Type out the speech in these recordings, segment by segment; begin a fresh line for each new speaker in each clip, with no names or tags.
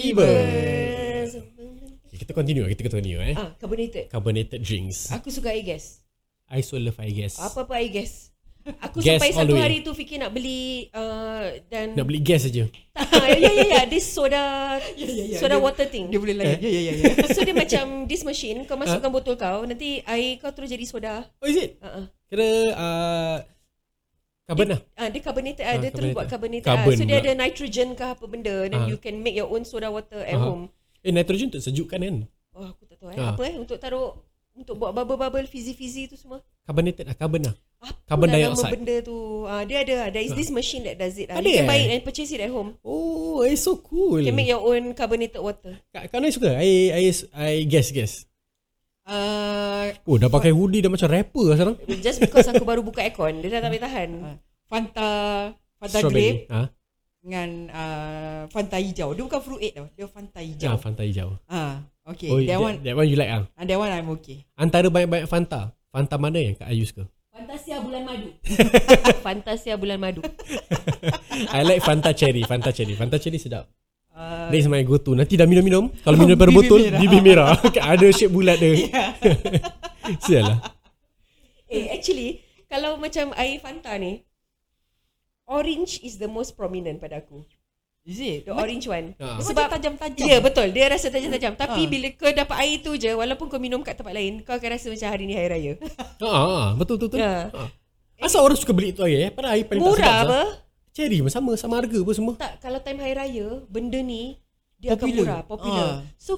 Cibers.
Okay, kita continue, kita continue eh.
Ah, carbonated.
Carbonated drinks.
Aku suka air gas.
I so love I guess.
Apa-apa air gas. Aku
Gas
sampai
all
satu
the way.
hari tu fikir nak beli uh, dan
Nak beli gas saja.
ah,
ya ya ya this soda
ya, ya.
soda
Dia-
water thing.
Dia boleh
Eh?
layan. Ya, ya, ya. ya.
So dia macam this machine kau
Ah.
masukkan botol kau nanti air kau terus jadi soda.
Oh is it?
Uh-uh.
Kira uh, carbon lah.
Ah, dia carbonated
Ah,
ah, dia terus
carbonated.
buat carbonated.
Carbon
ah. So dia
pula.
ada nitrogen ke apa benda
Ah.
then you can make your own soda water at
Aha.
home.
Eh nitrogen untuk sejukkan kan?
Oh, aku tak tahu eh.
Ah.
Apa eh untuk taruh untuk buat bubble-bubble fizzy-fizzy tu semua.
Carbonated lah, carbon lah.
Apa
Carbon
lah
dioxide.
Nama benda tu. Ah, dia ada. There is this machine that does it. Ah.
Ada
You can buy
eh?
it and purchase it at home.
Oh, it's so cool.
You can make your own carbonated water.
Kak, kau ni suka? I, I, I guess, guess.
Uh,
Oh, dah pakai hoodie dah macam rapper lah sekarang.
Just because aku baru buka aircon, dia dah tak boleh tahan.
Fanta Fanta grape
Strawberry. Ha?
dengan uh, Fanta hijau. Dia bukan fruit tau. Dia Fanta hijau.
Jangan Fanta hijau.
Ah, okay.
Ya. Oh,
that, one
that one you like ah.
ah, that one I'm okay.
Antara banyak-banyak Fanta, Fanta mana yang Kak Ayu suka?
Fantasia bulan madu. Fantasia bulan madu.
I like Fanta Cherry, Fanta Cherry. Fanta Cherry sedap.
Uh,
That is my go to. Nanti dah minum-minum, kalau minum daripada
Bibir
botol,
merah.
bibir merah. Ada shape bulat dia.
Ya.
Sial lah.
Eh, actually, kalau macam air Fanta ni, orange is the most prominent pada aku.
is it?
The orange one.
Ah.
Sebab
Sebab
tajam-tajam.
Ya yeah, betul Dia rasa tajam-tajam Tapi
Ah.
bila kau dapat air tu je Walaupun kau minum kat tempat lain Kau akan rasa macam hari ni hari raya
Ha, ah, ah, betul betul betul.
Ya.
Ha. Asal orang suka beli tu air eh? Padahal air paling
Murah
tak sedap.
apa
sah. Cherry pun sama, sama harga pun semua.
Tak kalau time hari raya Benda ni Dia popular. akan
Popular.
murah Popular
Ah.
So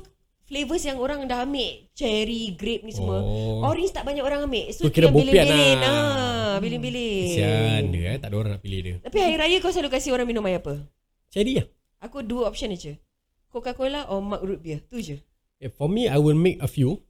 flavours yang orang dah ambil Cherry, grape ni semua
Oh.
Orange tak banyak orang ambil
Tu
So
kira
kira
bopian
bilin-bilin
lah.
ah, Bilin-bilin
Sian dia eh, tak ada orang nak pilih dia.
Tapi hari raya kau selalu kasi orang minum air apa?
Cherry lah.
Aku dua option aja Coca-Cola or mug root beer Tu je
Okay, Eh, for me, I will make a few.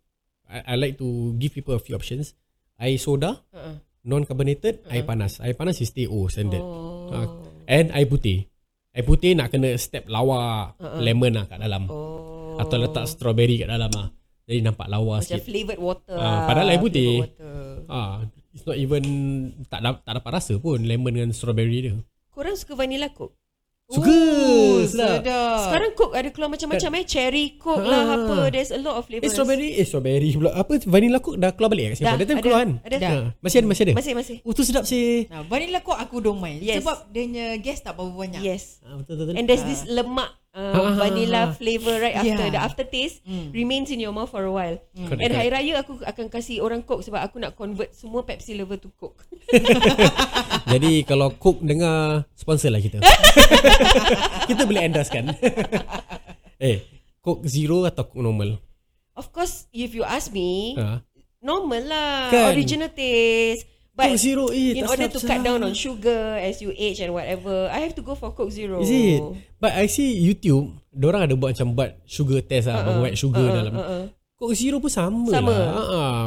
I, I like to give people a few options. Air soda,
uh-uh.
non-carbonated,
Uh-huh.
air panas. Air panas is teh O standard.
Oh
Ah, And air putih. Air putih nak kena step lawa
Uh-uh.
lemon lah kat dalam.
Oh
Atau letak strawberry kat dalam lah. Jadi nampak lawa
Macam
sikit.
flavoured water
Ah, padahal air
flavoured
putih.
water.
Ah, it's not even tak, da- tak dapat rasa pun lemon dengan strawberry
Oh,
dia.
Korang suka vanilla coke?
Suka!
Oh,
sedap.
sedap.
Sekarang coke ada keluar macam-macam eh Cherry coke
Kan?
lah
Ah.
apa There's a lot of flavours
Eh strawberry, eh strawberry pula. Apa vanilla coke dah keluar balik kat Singapore?
Dah,
That time
ada,
keluar kan?
ada.
Ah, masih ada, masih ada.
Eh, Masih masih
Oh tu sedap sih.
Nah, vanilla coke aku don't mind.
Yes.
Sebab dia punya gas tak berapa banyak.
Yes
Ah, betul betul.
And there's this lemak
Ah, ah,
uh,
ah,
Vanilla
ah.
flavour right after
Yeah.
The aftertaste Remains in your mouth for a while
Hmm. Correct,
And
correct.
hari raya aku akan kasih orang coke Sebab aku nak convert semua Pepsi lover to coke
Ah. Jadi kalau Cook dengar sponsor lah kita. kita boleh endorsekan. eh, Coke Zero atau Coke normal?
Of course if you ask me
Ha.
Normal lah
Kan?
Original taste But
Coke Zero eh tak
in order
sedap
to cut
sah.
down on sugar as you age and whatever, I have to go for Coke Zero.
Is it? But I see YouTube, orang ada buat macam buat sugar test lah, uh-uh. white sugar uh-uh. dalam.
Uh-uh.
Coke Zero pun sama,
Sama.
lah. Uh-uh.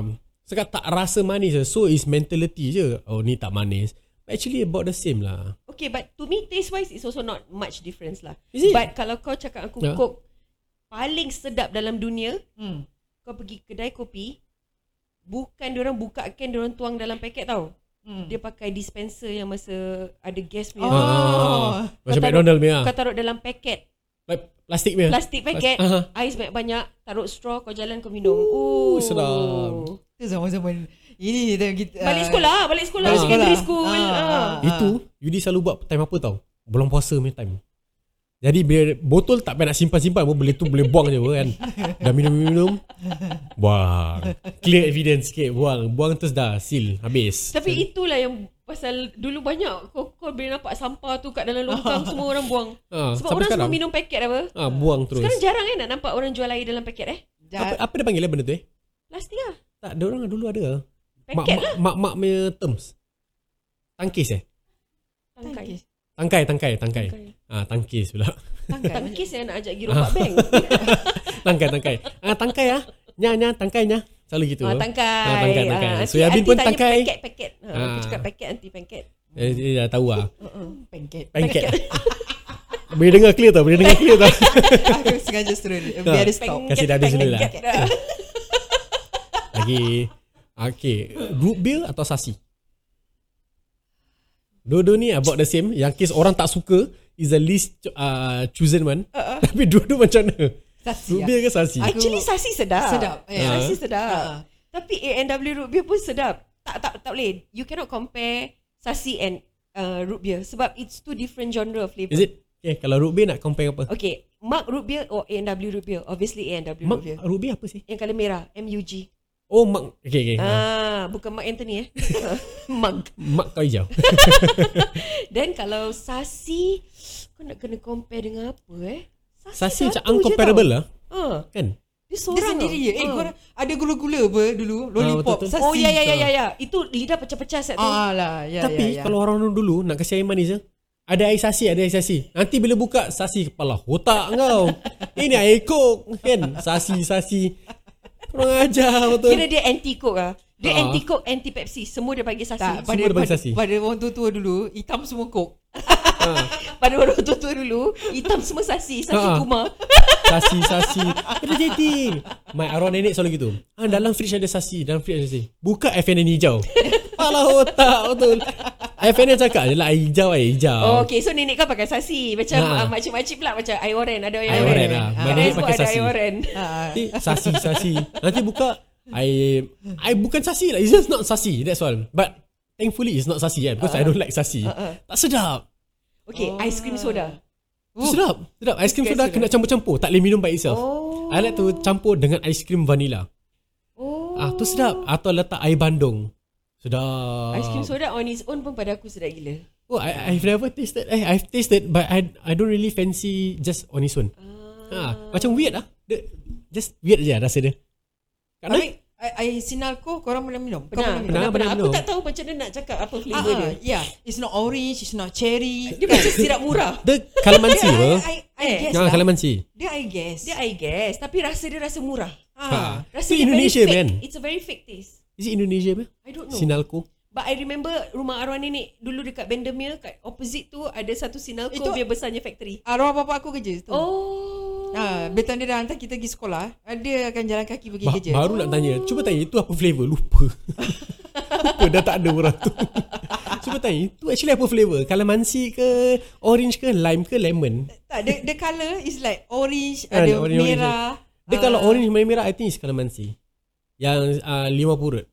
Sekarang tak rasa manis je. So it's mentality je. Oh ni tak manis. But actually about the same lah.
Okay, but to me taste wise it's also not much difference lah.
Is it?
But kalau kau cakap aku
Yeah.
Coke paling sedap dalam dunia,
Hmm.
kau pergi kedai kopi, bukan diorang buka can diorang tuang dalam paket tau.
Hmm.
Dia pakai dispenser yang masa ada gas punya.
Oh.
Ah, macam
Kau taruh-
McDonald punya.
Kau taruh dalam paket,
Like plastik punya. Ah,
plastik paket,
Aha.
ais banyak-banyak, taruh straw, kau jalan kau minum.
Ooh,
Ooh,
sedap.
Itu zaman-zaman ini kita kita
Balik sekolah, balik sekolah,
balik
secondary
sekolah.
school.
Ah,
Ah.
ah.
Itu Yudi selalu buat time apa tau Bulan puasa punya time Jadi bila botol tak payah nak simpan-simpan pun Boleh tu boleh buang je pun kan Dah minum-minum Buang Clear evidence sikit Buang Buang terus dah Seal Habis
Tapi itulah yang pasal dulu banyak kau kau boleh nampak sampah tu kat dalam
Ah.
longkang semua orang buang.
ha,
Sebab orang semua minum paket apa.
ha, Buang terus
Sekarang jarang kan nak nampak orang jual air dalam paket eh.
apa,
Dah,
apa dia panggil eh benda tu eh
Plastik lah.
Tak dia orang dulu ada Mak-
Paket lah.
mak- Mak-mak punya terms Tangkis eh
Tangkai.
tangkis.
Tangkai Tangkai Tangkai
Tangkai.
Ah tangkis Ah. pula
Tangkai.
Tangkis yang nak ajak pergi rompak bank. Ah,
Tangkai Tangkai Ah tangkai ah Nya nya tangkai nya Selalu gitu
Ah, tangkai.
Ah, tangkai, tangkai.
Ah,
So, Yabin
anti
pun
tanya
tangkai.
Paket, paket. Ha, Aku
Ah.
cakap paket, anti paket.
eh, Dia dah tahu lah
Uh-uh.
Pancake.
Pengket Boleh dengar clear tak? Boleh dengar clear tak?
Aku sengaja suruh dia. Biar dia stop.
Packet,
Kasih dah habis dulu lah.
packet.
Lagi Okay Root beer atau sasi? Dua-dua ni about the same Yang kes orang tak suka is the least uh, chosen one. Uh-uh. Tapi dua-dua macam mana?
Sasi
Ya.
Ruby
lah.
ke Sasi?
I-
Actually sasi sedap. Eh,
Sedap, ya.
Sasi
Ah.
sedap.
Ah.
Tapi A&W root beer pun sedap. Tak tak tak boleh. You cannot compare sasi and uh, root beer sebab it's two different genre of flavour.
Is it? Okay, kalau root beer nak compare apa?
Okay, mug root beer or A&W root beer? Obviously A&W
Mak,
root beer.
root beer apa sih?
Yang colour merah, MUG.
Oh, mak. Okay, okay. Uh.
Ah, bukan Mark Anthony eh. mug.
Mak kau hijau.
Then kalau sasi kau nak kena compare dengan apa eh?
Sasi macam
satu je
uncomparable lah.
tau. Ah,
Kan?
dia
Dia
seorang.
sendiri je.
tau.
Eh,
Ah.
korang ada gula-gula apa dulu? Lollipop,
betul-betul.
sasi.
Oh ya ya ya ya ya. Itu lidah pecah-pecah set tu.
Ah lah, ya,
Tapi
ya, ya.
kalau orang dulu nak kasih air manis je, ada air sasi, ada air sasi. Nanti bila buka, sasi kepala otak kau. Ini air kok, kan? Sasi, sasi. Kurang ajar betul.
Kira dia anti coke ah. Dia
Ah.
anti coke, anti Pepsi, semua dia bagi sasi.
tak,
Semua
pada,
dia bagi
pada,
sasi.
pada orang tua-tua dulu, hitam semua kok.
Pada orang tua-tua dulu, hitam semua sasi, sasi
Ah.
kuma.
Sasi, sasi. Kena jadi. My arwah nenek selalu gitu. Ah, dalam fridge ada sasi, dalam fridge ada sasi. Buka FNN hijau. Kepala otak betul. FNN cakap je lah, air hijau, air hijau.
Oh, okay, so nenek kau pakai sasi. Macam
Ah.
ah. macam-macam pula macam air oren, ada air
Air
oren.
oren lah. My
Ah.
nenek
Facebook
pakai
ada
sasi.
air oren.
Ah,
Nanti sasi sasi. Nanti buka I I bukan sasi lah. It's just not sasi. That's all. But thankfully it's not sasi kan because uh, I don't like sasi.
uh.
Uh, tak sedap.
Okay,
Oh.
Ah.
ice cream soda.
Uh, sedap. Sedap. Ice cream
Okay,
soda
sedap.
kena campur-campur. Tak boleh minum by itself.
Oh.
I like to campur dengan ice cream vanilla.
Oh.
Ah tu sedap. Ah. Atau letak air bandung. Sedap.
Oh. Ice cream soda on its own pun pada aku sedap gila.
Oh, I, I've never tasted. Eh, I've tasted but I I don't really fancy just on its own. Ah, macam weird lah. Dia, just weird je lah rasa dia. Karena
Tapi air sinalco korang pernah minum? Kau
Pernah,
Pernah, pernah, pernah.
pernah
Aku
minum.
tak tahu macam mana nak cakap apa
Ah,
flavor
ah,
dia.
yeah. It's not orange, it's not cherry.
Dia
Kan?
macam sirap murah.
dia kalamansi
I,
apa?
I, I
Eh.
guess
Ah,
lah.
kalamansi.
Dia I guess. Ah.
Dia I guess, tapi rasa dia rasa murah.
Ha.
Rasa
Itu
dia very
Indonesia
fake.
man.
It's a very fake taste.
Is it Indonesia man?
I don't know.
Sinalco.
But I remember rumah arwah nenek dulu dekat Bendemeer kat opposite tu ada satu Sinalco Itu...
Itu-
biar besarnya factory.
Arwah bapa aku kerja tu.
Oh.
Ha, bila time dia dah hantar kita pergi sekolah, ah, dia akan jalan kaki pergi
Ba-
kerja.
baru nak tanya. Cuba tanya itu apa flavour? Lupa. Lupa dah tak ada orang tu. Cuba tanya itu actually apa flavour? Kalamansi ke orange ke lime ke lemon?
Tak, the, the colour is like orange,
Ah,
ada
orange- orange.
merah. Ah,
Dia kalau
Uh,
orange merah-merah I think is kalamansi. Yang uh, lima purut.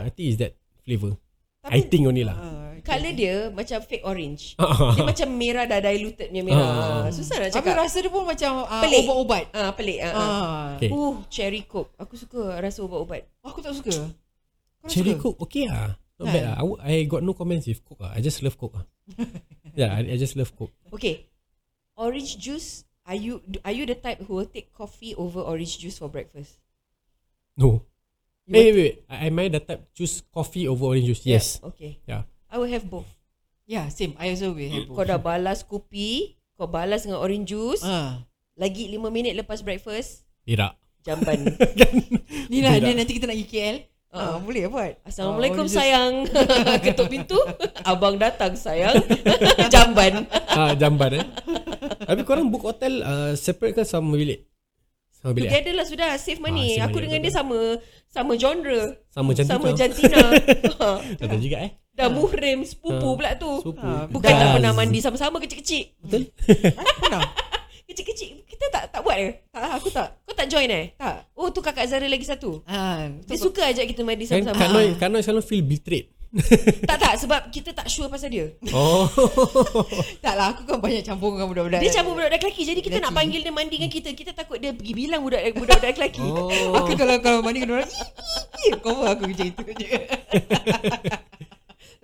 Uh, I think is that flavour.
Tapi-
I think only lah.
uh,
Color dia macam fake orange.
Ah.
dia macam merah dah diluted punya merah. Susah nak
Tapi
cakap.
rasa dia pun macam uh,
Pelik.
ubat-ubat.
Ah, pelik. Ah. ah.
Ah, Oh,
Okay.
Uh, cherry coke. Aku suka rasa ubat-ubat.
Aku tak suka. Korang
Cherry
suka?
Coke okay lah. Not
Kan?
bad lah. I, would- I got no comments with Coke lah. I just love Coke lah. yeah, I, I just love Coke.
Okay. Orange juice, are you are you the type who will take coffee over orange juice for breakfast?
No.
You
Wait, wait, wait. I- Am I the type choose coffee over orange juice? Yes.
Okay.
Yeah.
I will have both.
Yeah, Ya, same. I also will have
Kau dah balas kopi, kau balas dengan orange juice,
Ah.
lagi 5 minit lepas breakfast,
Tidak.
jamban.
Ni lah,
Berak.
ni nanti kita nak pergi KL. Ah, boleh buat.
Assalamualaikum
Ah,
sayang. Ketuk pintu, abang datang sayang. jamban.
Ah, jamban eh. Tapi korang book hotel uh, separate ke sama bilik? Sama bilik. eh?
Together lah sudah save money.
Ah, save
Aku
money,
dengan dia
betul-betul.
sama sama genre.
Sama jantina.
Sama jantina. Ha.
Ada juga eh.
Dah muhrim
Ah,
sepupu pula tu.
Supu.
Ah,
Bukan tak
Daz.
pernah mandi sama-sama kecil-kecil.
Betul?
Pernah?
Kecil-kecil kita tak tak buat ke?
tak, aku tak.
Kau tak join eh?
Tak.
Oh tu kakak Zara lagi satu.
Ah,
Dia suka ajak kita mandi
Kan Kak
sama-sama.
Noi, Kak Noi selalu feel betrayed.
tak tak sebab kita tak sure pasal dia.
Oh.
tak lah, aku kan banyak campur dengan budak-budak.
Dia campur budak-budak lelaki jadi kita nak
Lelaki.
panggil dia mandi dengan kita. Kita takut dia pergi bilang budak budak-budak lelaki.
oh.
Aku kalau kalau mandi kena orang "Ih, ih, ih." Cover aku macam itu je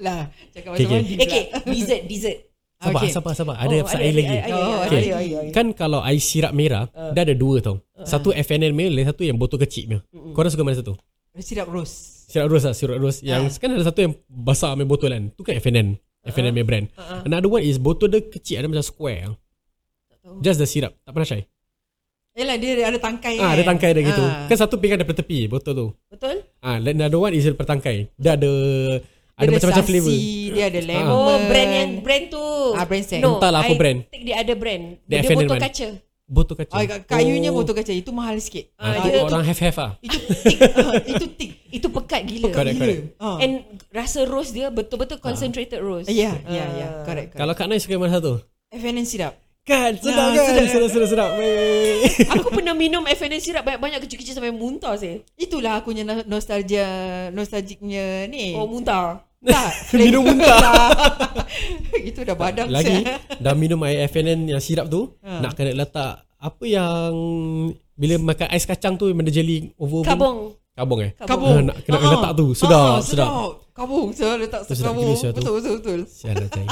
Lah Cakap pasal
Okay, okay.
mandi pula.
Eh, Okay, dessert, dessert.
Sabar,
Okay.
sabar, sabar. Ada oh, air lagi.
Ada,
Oh,
ada,
okay.
ada, ada, ada.
Kan kalau air sirap merah, uh. dah ada dua tau. Uh. Satu FNL merah, lain satu yang botol kecil punya. Uh-uh. Korang suka mana satu?
Sirap rose
Sirap rose lah Sirap rose Yang kan ada satu yang Besar punya botol kan Tu kan FNN FNN punya brand Another one is Botol dia kecil Ada macam square Just the syrup Tak pernah try
Yelah dia ada tangkai
Ah, Ada
kan?
tangkai dia gitu
Ah.
Kan satu pinggan daripada tepi Botol tu
Betul?
Ah, then Another one is daripada tangkai Dia ada
Dia
Ada macam-macam Ah.
sasi,
flavour
Dia ada lemon
Oh, brand yang brand tu.
Ah, brand set.
No,
Entahlah apa
I
lah brand.
Take dia ada brand.
Dia
Dia,
FNL
botol
mana?
kaca.
botol kaca.
Ah, ka- kayunya
Oh.
botol kaca itu mahal sikit.
Ah,
Ah,
tu
dia-
orang have have ah.
Itu tik. ah, itu tik.
Itu pekat gila.
Pekat. Correct,
Gila.
correct.
Ah.
And rasa roast dia betul-betul concentrated roast.
Ya, ya, ya.
Ah.
Correct, correct.
Kalau Kak Nai suka yang mana satu?
FNN sirap.
Kan, sedap
Ah,
kan?
sedap.
Sedap, sedap, sedap. Wey.
Aku pernah minum FNN syrup banyak-banyak kecil-kecil sampai muntah sih.
Itulah aku punya no- nostalgia nostalgiknya ni.
Oh muntah.
tak.
Minum muntah.
Itu dah badam
Lagi
sial.
Dah minum air FNN yang sirap tu
Ha.
Nak kena letak Apa yang Bila makan ais kacang tu Benda jelly over
Kabong.
Kabong eh
Kabung.
Kabung.
Ah, nak- kena
Ah,
letak tu.
ah,
Sedap, sedap.
sedap. Kabung saya letak
Tu sedap
sedap.
gila sial tu.
Betul betul betul.
Sial lah cai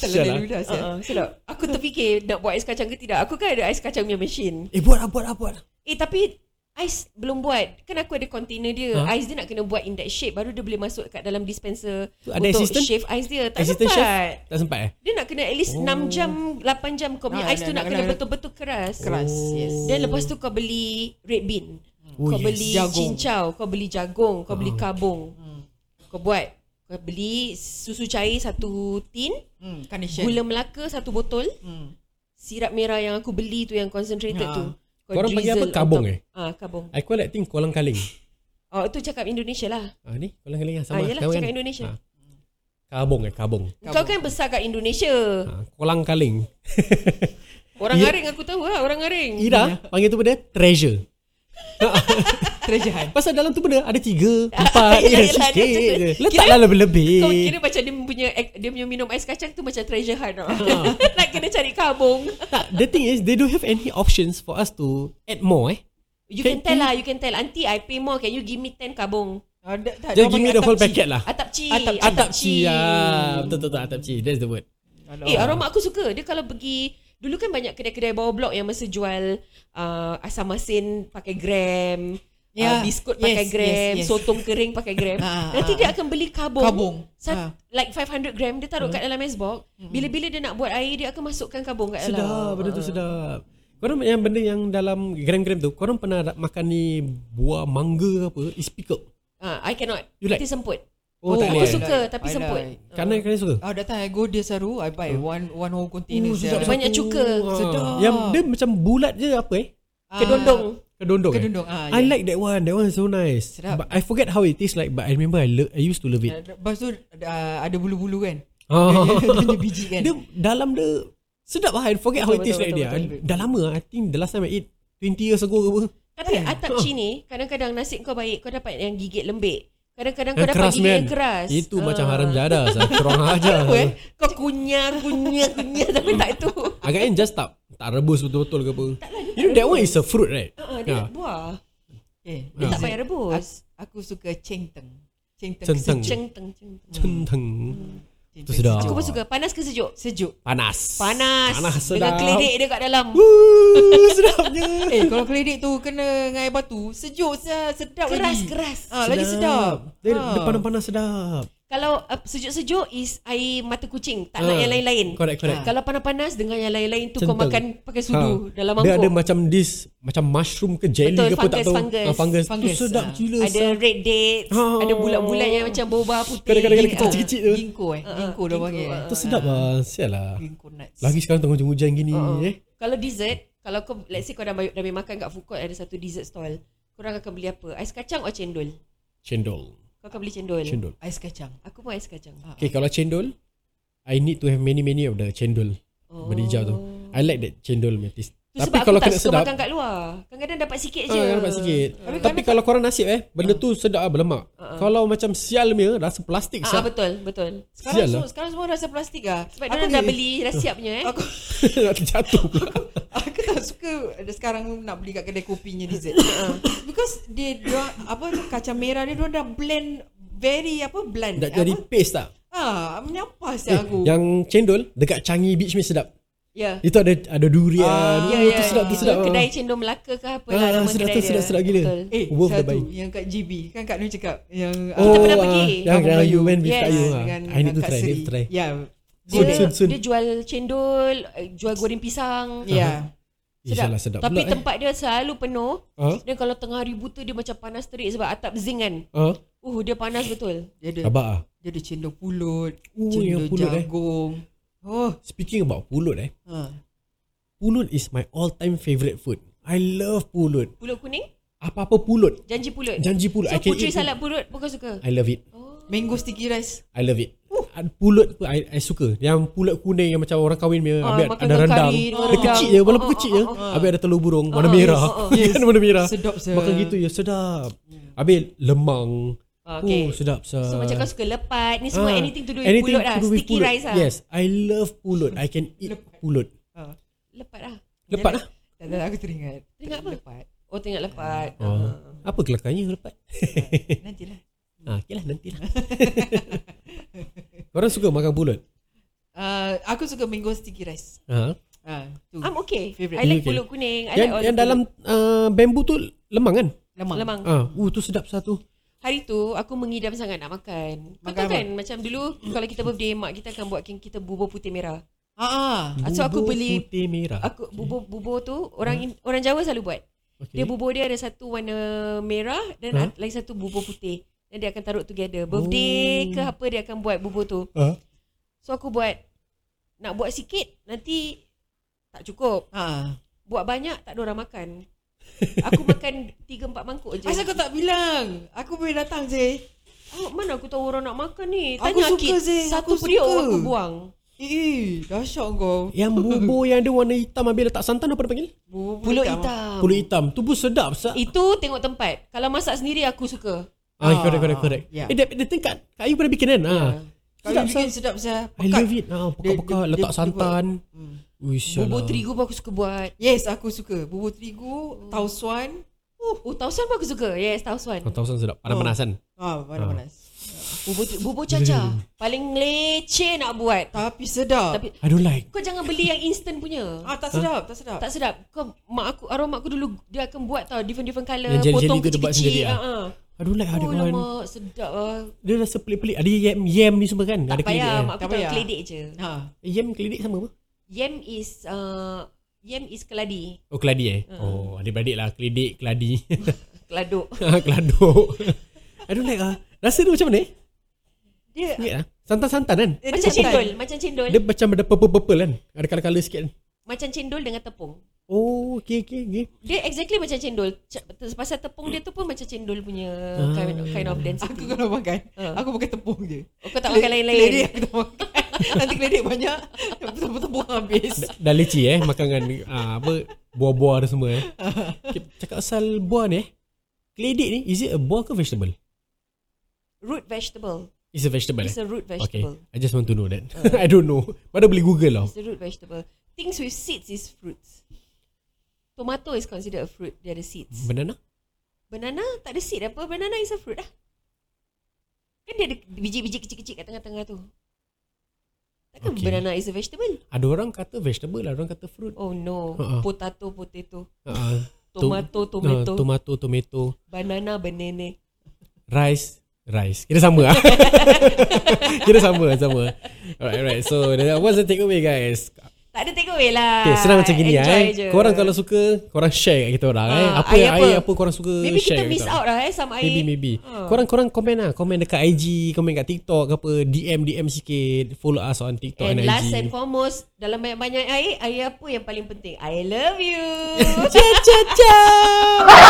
Telan
lah.
dari ludah sial.
Uh-uh, sedap. Aku terfikir nak buat ais kacang ke tidak. Aku kan ada ais kacang punya mesin.
Eh buat lah buat lah buat lah.
Eh tapi ais belum buat. Kan aku ada container dia.
Ha?
Ha? Ais dia nak kena buat in that shape baru dia boleh masuk kat dalam dispenser
Tu ada
untuk
assistant?
shave ais dia. Tak
Assistant
dapat.
chef Tak sempat eh
Dia nak kena at least
Oh.
oh. 6 jam, 8 jam kau punya
Ah,
ais tu
nak-
nak
nak
kena
kena-
betul-betul keras.
Keras, yes.
Then lepas tu kau beli red bean.
Oh,
kau
yes.
beli
Jagung.
cincau, kau beli jagung, kau beli
Ah.
kabung.
Hmm.
Kau buat kau beli susu cair satu tin,
Hmm, condition.
gula melaka satu botol,
Hmm.
sirap merah yang aku beli tu yang concentrated
Ah.
tu.
Korang panggil
drizzle
apa? Kabung
on top.
eh?
Ah, kabung.
I call that thing kolang kaling
Oh, itu cakap Indonesia lah.
ah, Ni kolang kaling lah
Sama,
sama
ah, yelah,
sama
cakap Indonesia.
Ah. Kabong eh kabong
Kau
Kabung.
kan besar kat Indonesia.
ah, Kolang kaling
Orang
Ya.
aring aku tahu lah, orang aring.
Ira panggil tu benda treasure
Terejahan.
Pasal dalam tu benda ada tiga, empat,
yelah,
ya,
yelah,
sikit
dia-
je.
kira-
Letaklah lebih-lebih.
Kau kira macam dia punya dia punya minum ais kacang tu macam treasure hunt tau.
Ah.
Nak kena cari kabung.
Tak, Ah, the thing is, they don't have any options for us to add more eh.
You
Can- can
can, tell lah, you can tell. Auntie, I pay more. Can you give me 10 kabung?
Ada tak
Just give me the whole packet lah.
Atap ci.
Atap-
Atap ci ah. Betul betul betul atap ci. That's the word.
Lah.
Eh, aroma aku suka. Dia kalau pergi... Dulu kan banyak kedai-kedai bawah blok yang masa jual uh, asam masin pakai gram.
Ya.
Yeah. Uh, biskut
Yes,
pakai
yes,
gram.
yes.
Sotong kering pakai gram.
Ah,
Nanti
ah,
dia akan beli kabung.
Kabung.
Sat,
Ah.
Like 500 gram. Dia taruh kat dalam mesbok. Bila-bila dia nak buat air, dia akan masukkan kabung kat dalam.
Sedap, benda tu sedap. Korang yang benda yang dalam gram-gram tu, korang pernah nak makan ni buah mangga ke apa? It's pickled.
Uh, I cannot.
You like?
Nanti semput.
Oh, tak
aku
boleh. eh?
suka
I
tapi
like.
semput.
Kanan kalian suka?
Ah, that time I go there Saru, I buy one one whole container.
Oh,
sial.
sedap. Banyak
satu.
cuka.
Ah.
Sedap.
Yang dia macam bulat je apa eh?
Ah,
Kedondong.
Kedondong. eh?
Kedondong. Ah,
I
yeah.
like that one. That one is so nice.
Sedap.
But I forget how it tastes like. But I remember I, lo- I used to love it.
Ah, Lepas tu ah, ada bulu-bulu kan.
Oh.
Dia punya biji kan.
dia dalam dia sedap lah. I forget how it
Betul,
tastes
betul,
like dia.
betul,
I- Dah lama. I think the last time I eat 20 years ago ke apa.
Tapi
Eh.
atap ci ni kadang-kadang nasib kau baik kau dapat yang gigit lembek. Kadang-kadang kau
Yang
dapat
keras,
gigit
man.
yang keras.
Itu
Ah.
macam haram jadah. Saya kurang ajar.
Apa eh? Kau kunyah kunyah kunyah tapi tak tu.
Agaknya kan, just tak tak rebus betul-betul ke apa.
lah,
You know that one is a fruit right?
Ha
Ya.
dia buah.
Okay.
Dia tak
Ah.
payah rebus.
Eh, Aku suka cengteng. Cengteng.
Cengteng.
sejuk.
Cengteng cengteng.
Centeng.
Cengteng
Tu sedap.
Aku
sejuk.
pun suka panas ke sejuk?
Sejuk.
Panas.
Panas.
Ah. Panas sedap.
Dengan keledek dia kat dalam.
Wuh, sedapnya.
Eh, kalau kelidik tu kena dengan air batu, sejuk sial, sedap
Keras
lagi.
keras.
Ah, lagi sedap.
Dia,
Oh.
Ah.
dia panas-panas sedap.
Kalau uh, sejuk-sejuk is air mata kucing, tak
Ah.
nak yang lain-lain.
Correct, correct.
Kalau panas-panas dengan yang lain-lain tu kau
Centang.
makan pakai sudu
Ha.
dalam
Dia ada
mangkuk.
macam this Macam mushroom ke jelly ke apa
Betul,
tak
fungus,
tahu
fungus.
Ah, fungus.
Fungus,
Tu sedap
ah.
gila
Ada red dates,
Ah.
ada bulat-bulat yang macam boba putih.
Kadang-kadang
Ah.
kecil-kecil tu
Ginkgo eh.
Ah,
Ginkgo dah
ginkgo,
panggil. eh.
ah.
Tu sedap lah Sial lah
Ginkgo nuts.
Lagi sekarang tengah hujan-hujan gini
Uh-uh.
eh
Kalau dessert, kalau kau let's say kau dah bayar dah main makan kat food court ada satu dessert stall, korang akan beli apa? Ais kacang or cendol?
Cendol
Kau akan beli cendol.
Cendol
Ais kacang.
Aku pun ais kacang.
Ah,
Okay kalau cendol I need to have many-many of the cendol
Oh.
Benda hijau tu I like that cendol punya taste
Tu
Tapi
sebab
kalau
aku tak
kena
suka
sedap
makan kat luar. Kadang-kadang dapat sikit
Ah,
je.
dapat sikit.
Ah.
Tapi kalau korang nasib eh Benda tu sedap lah berlemak
Uh-uh.
Kalau macam sial punya Rasa plastik
Ah, ah,
sial
betul, betul.
Sekarang
Sial
semua,
lah.
sekarang semua rasa plastik ah.
Sebab
Aku
dia dah
ni-
beli dah siap punya eh.
Aku
Nak terjatuh pula
aku tak suka ada sekarang nak beli kat kedai kopinya dessert.
Uh-huh.
Because dia dia apa tu kacang merah dia dia dah blend very apa blend.
Nak
apa?
jadi paste tak
ah menyapa
Eh,
saya aku.
Yang cendol Dekat Changi Beach ni sedap
Ya.
Itu ada ada durian. Ah,
Ya,
oh, tu
ya.
sedap, tu
itu
sedap.
Kedai cendol Melaka ke apa
Ah,
lah nama
sedap tu,
kedai dia.
sedap, sedap gila.
Betul.
eh
worth the
satu
buy.
yang kat GB kan Kak Nur cakap yang
Oh,
Kita pernah
ah,
pergi.
Yang
Kampung
yang you
Melayu.
went with
Yes, uh,
Ayu.
ah,
ah.
dengan
I need to
Kak
try, I
Seri.
need to try.
Ya.
Dia,
Soon, soon, soon.
dia jual cendol, eh, jual goreng
Uh-huh.
pisang.
Ya.
Sedap. Iyalah, Eh, sedap
Tapi
pula,
tempat dia selalu penuh.
Eh.
Dan kalau tengah hari buta dia macam panas terik sebab atap zinc kan.
Ha? Ha?
Uh, dia panas betul.
Dia ada
Khabar ah.
dia ada cendol pulut,
Oh, yang
cendol
pulut, eh.
jagung. Oh.
Speaking about pulut eh.
Ha.
Pulut is my all time favourite food I love pulut
Pulut kuning?
Apa-apa pulut
Janji pulut.
Janji pulut
So
I can
puteri
eat
salad pulut bukan suka.
I love it
Mango sticky rice.
I love it Uh, Pulut pun I, I suka Yang pulut kuning Yang macam orang kahwin punya
Ah,
Habis
makan
ada
dengan
rendang
kari, dengan
Dia kecil je
rendang.
Walaupun
Ah, ah,
kecil
ah,
je Habis ada telur burung Warna
ah,
merah
yes, ah, ah.
Kan warna merah
Sedap sah.
Makan gitu je Sedap Habis lemang
Ah,
Oh
okay.
sedap sah
So macam kau suka lepat ni semua
Ah,
anything to do with
anything
pulut lah.
to do with
Sticky
pulut.
rice lah.
Yes I love pulut I can eat pulut
Lepat lah.
Lepat lah
Tak ada aku teringat.
Teringat apa?
Lepat.
Oh tengok lepat. Ah.
oh. Apa kelakarnya lepat
Nantilah.
ha, Okay lah nanti lah Korang suka makan pulut
Uh, aku suka mango sticky rice.
ha.
Ah, tu.
I'm okay.
Favourite.
I like
Okay.
pulut kuning.
Yang,
I like all
yang
the
dalam uh, bambu tu lemang kan
Lemang.
pulut. lemang.
Ah, uh, tu sedap satu.
Hari tu aku mengidam sangat nak makan. Kau
Makan
tahu
apa?
kan macam dulu kalau kita birthday mak kita akan buatkan kita bubur putih merah.
Ah,
ha.
ah.
So, aku
Bubur
beli-
putih merah.
Aku bubur bubur tu
Hmm.
orang in- orang Jawa selalu buat.
okay.
Dia bubur dia ada satu warna merah dan
Ha?
ha? lain satu bubur putih. Dan dia akan taruh together. Birthday
Oh.
oh. ke apa dia akan buat bubur tu.
Ah,
So aku buat nak buat sikit nanti tak cukup.
Ah, ah.
Buat banyak tak ada orang makan. Aku makan 3 4 mangkuk je.
Asal kau tak bilang? Aku boleh datang je.
Oh, mana aku tahu orang nak makan ni?
Aku
Tanya
suka,
Akid.
Zee.
Satu
Aku
periuk
suka.
aku buang.
Eh, dahsyat kau.
yang bubur yang ada warna hitam habis letak santan apa dia panggil?
Bubur
Pulut hitam.
Pulut hitam. Tu pun sedap sah.
Itu tengok tempat. Kalau masak sendiri aku suka.
Ah,
Ah,
correct correct correct.
yeah.
Eh, dia, dia tingkat Kak Ayu pernah bikin kan? Ah.
Kau
Sedap,
bikin sedap sah.
I love it. Ah, pekat-pekat
dia-
letak
dia- dia
santan.
Hmm.
Uish.
Bubur terigu pun aku suka buat.
Yes, aku suka. Bubur
Hmm.
terigu, tausuan.
Oh, oh tausan pun aku suka. Yes, tausan.
Kau tahu sedap. Panas-panas kan?
Ah, panas-panas.
Bubur, bubur caca. Paling leceh nak buat.
Tapi sedap.
Tapi
I don't like.
kau jangan beli yang instant punya.
Ah, tak sedap, tak sedap.
Tak sedap. Kau mak aku arwah mak aku dulu dia akan buat tau different-different colour,
Yang jelly-jelly
potong
tu dia buat sendiri
kecil-kecil.
ah.
Ha
I don't like
ah.
how
Oh,
that one.
lama sedap ah.
Dia rasa pelik-pelik. Ada yam, yam ni semua kan?
Tak
ada kelidik.
payah
kan?
mak aku
Tak
tahu
payah.
keledek je.
Ha.
Eh, Yam kelidik sama apa?
Yam is uh, yam is keladi,
Oh, keladi eh? Oh, adik-beradik lah. Kelidik, keladi.
keladuk.
Ah, Keladuk I don't like ah. Rasa dia macam mana eh?
Dia
Ingat ah. Santan-santan kan?
eh, dia
macam
santan.
cendol, macam cendol.
Dia macam ada purple-purple kan? Ada kala-kala sikit kan?
Macam cendol dengan tepung.
Oh, okay, okay, okay.
Dia exactly macam cendol. C- pasal tepung dia tu pun macam cendol punya
Ah.
kind, kind of
Aku
density.
kalau makan,
Ah.
aku makan tepung je.
Oh, kau tak makan
Keledek
lain-lain.
aku tak makan. Nanti keledek banyak, tepung-tepung habis.
Dah leci eh makan dengan ah, apa buah-buah ada semua eh. Okay, cakap pasal buah ni eh. Kelidik ni, is it a buah ke vegetable?
Root vegetable.
It's a vegetable
It's
eh?
a root
Okay,
vegetable.
I just want to know that. I don't know. Pada boleh Google lah.
It's a root vegetable. Things with seeds is fruits. Tomato is considered a fruit. Dia ada seeds.
Banana?
Banana tak ada seed apa. Banana is a fruit lah. Kan dia ada biji-biji kecil-kecil kat tengah-tengah tu. Takkan
Okay.
okay. banana is a vegetable?
Ada orang kata vegetable, ada orang kata fruit.
Oh no.
Ha-ha.
Potato, potato.
Uh,
Tomato, tomato.
tomato, tomato.
banana, banana.
Rice Rice Kira sama lah Kira sama sama Alright alright So the- what's the takeaway guys
Tak ada take away lah.
Okay senang macam gini
Enjoy
eh
je.
Korang kalau suka Korang share kat kita orang eh
Ah,
Apa
air
yang
apa?
air apa korang suka
Maybe
share
kita
kat
miss
orang.
out lah eh sama air.
Maybe maybe
Ah.
Korang korang komen lah Komen dekat IG Komen kat TikTok ke apa DM DM sikit Follow us on TikTok and,
And
IG
last and foremost, dalam banyak-banyak air, air apa yang paling penting? I love you.
Ciao ciao ciao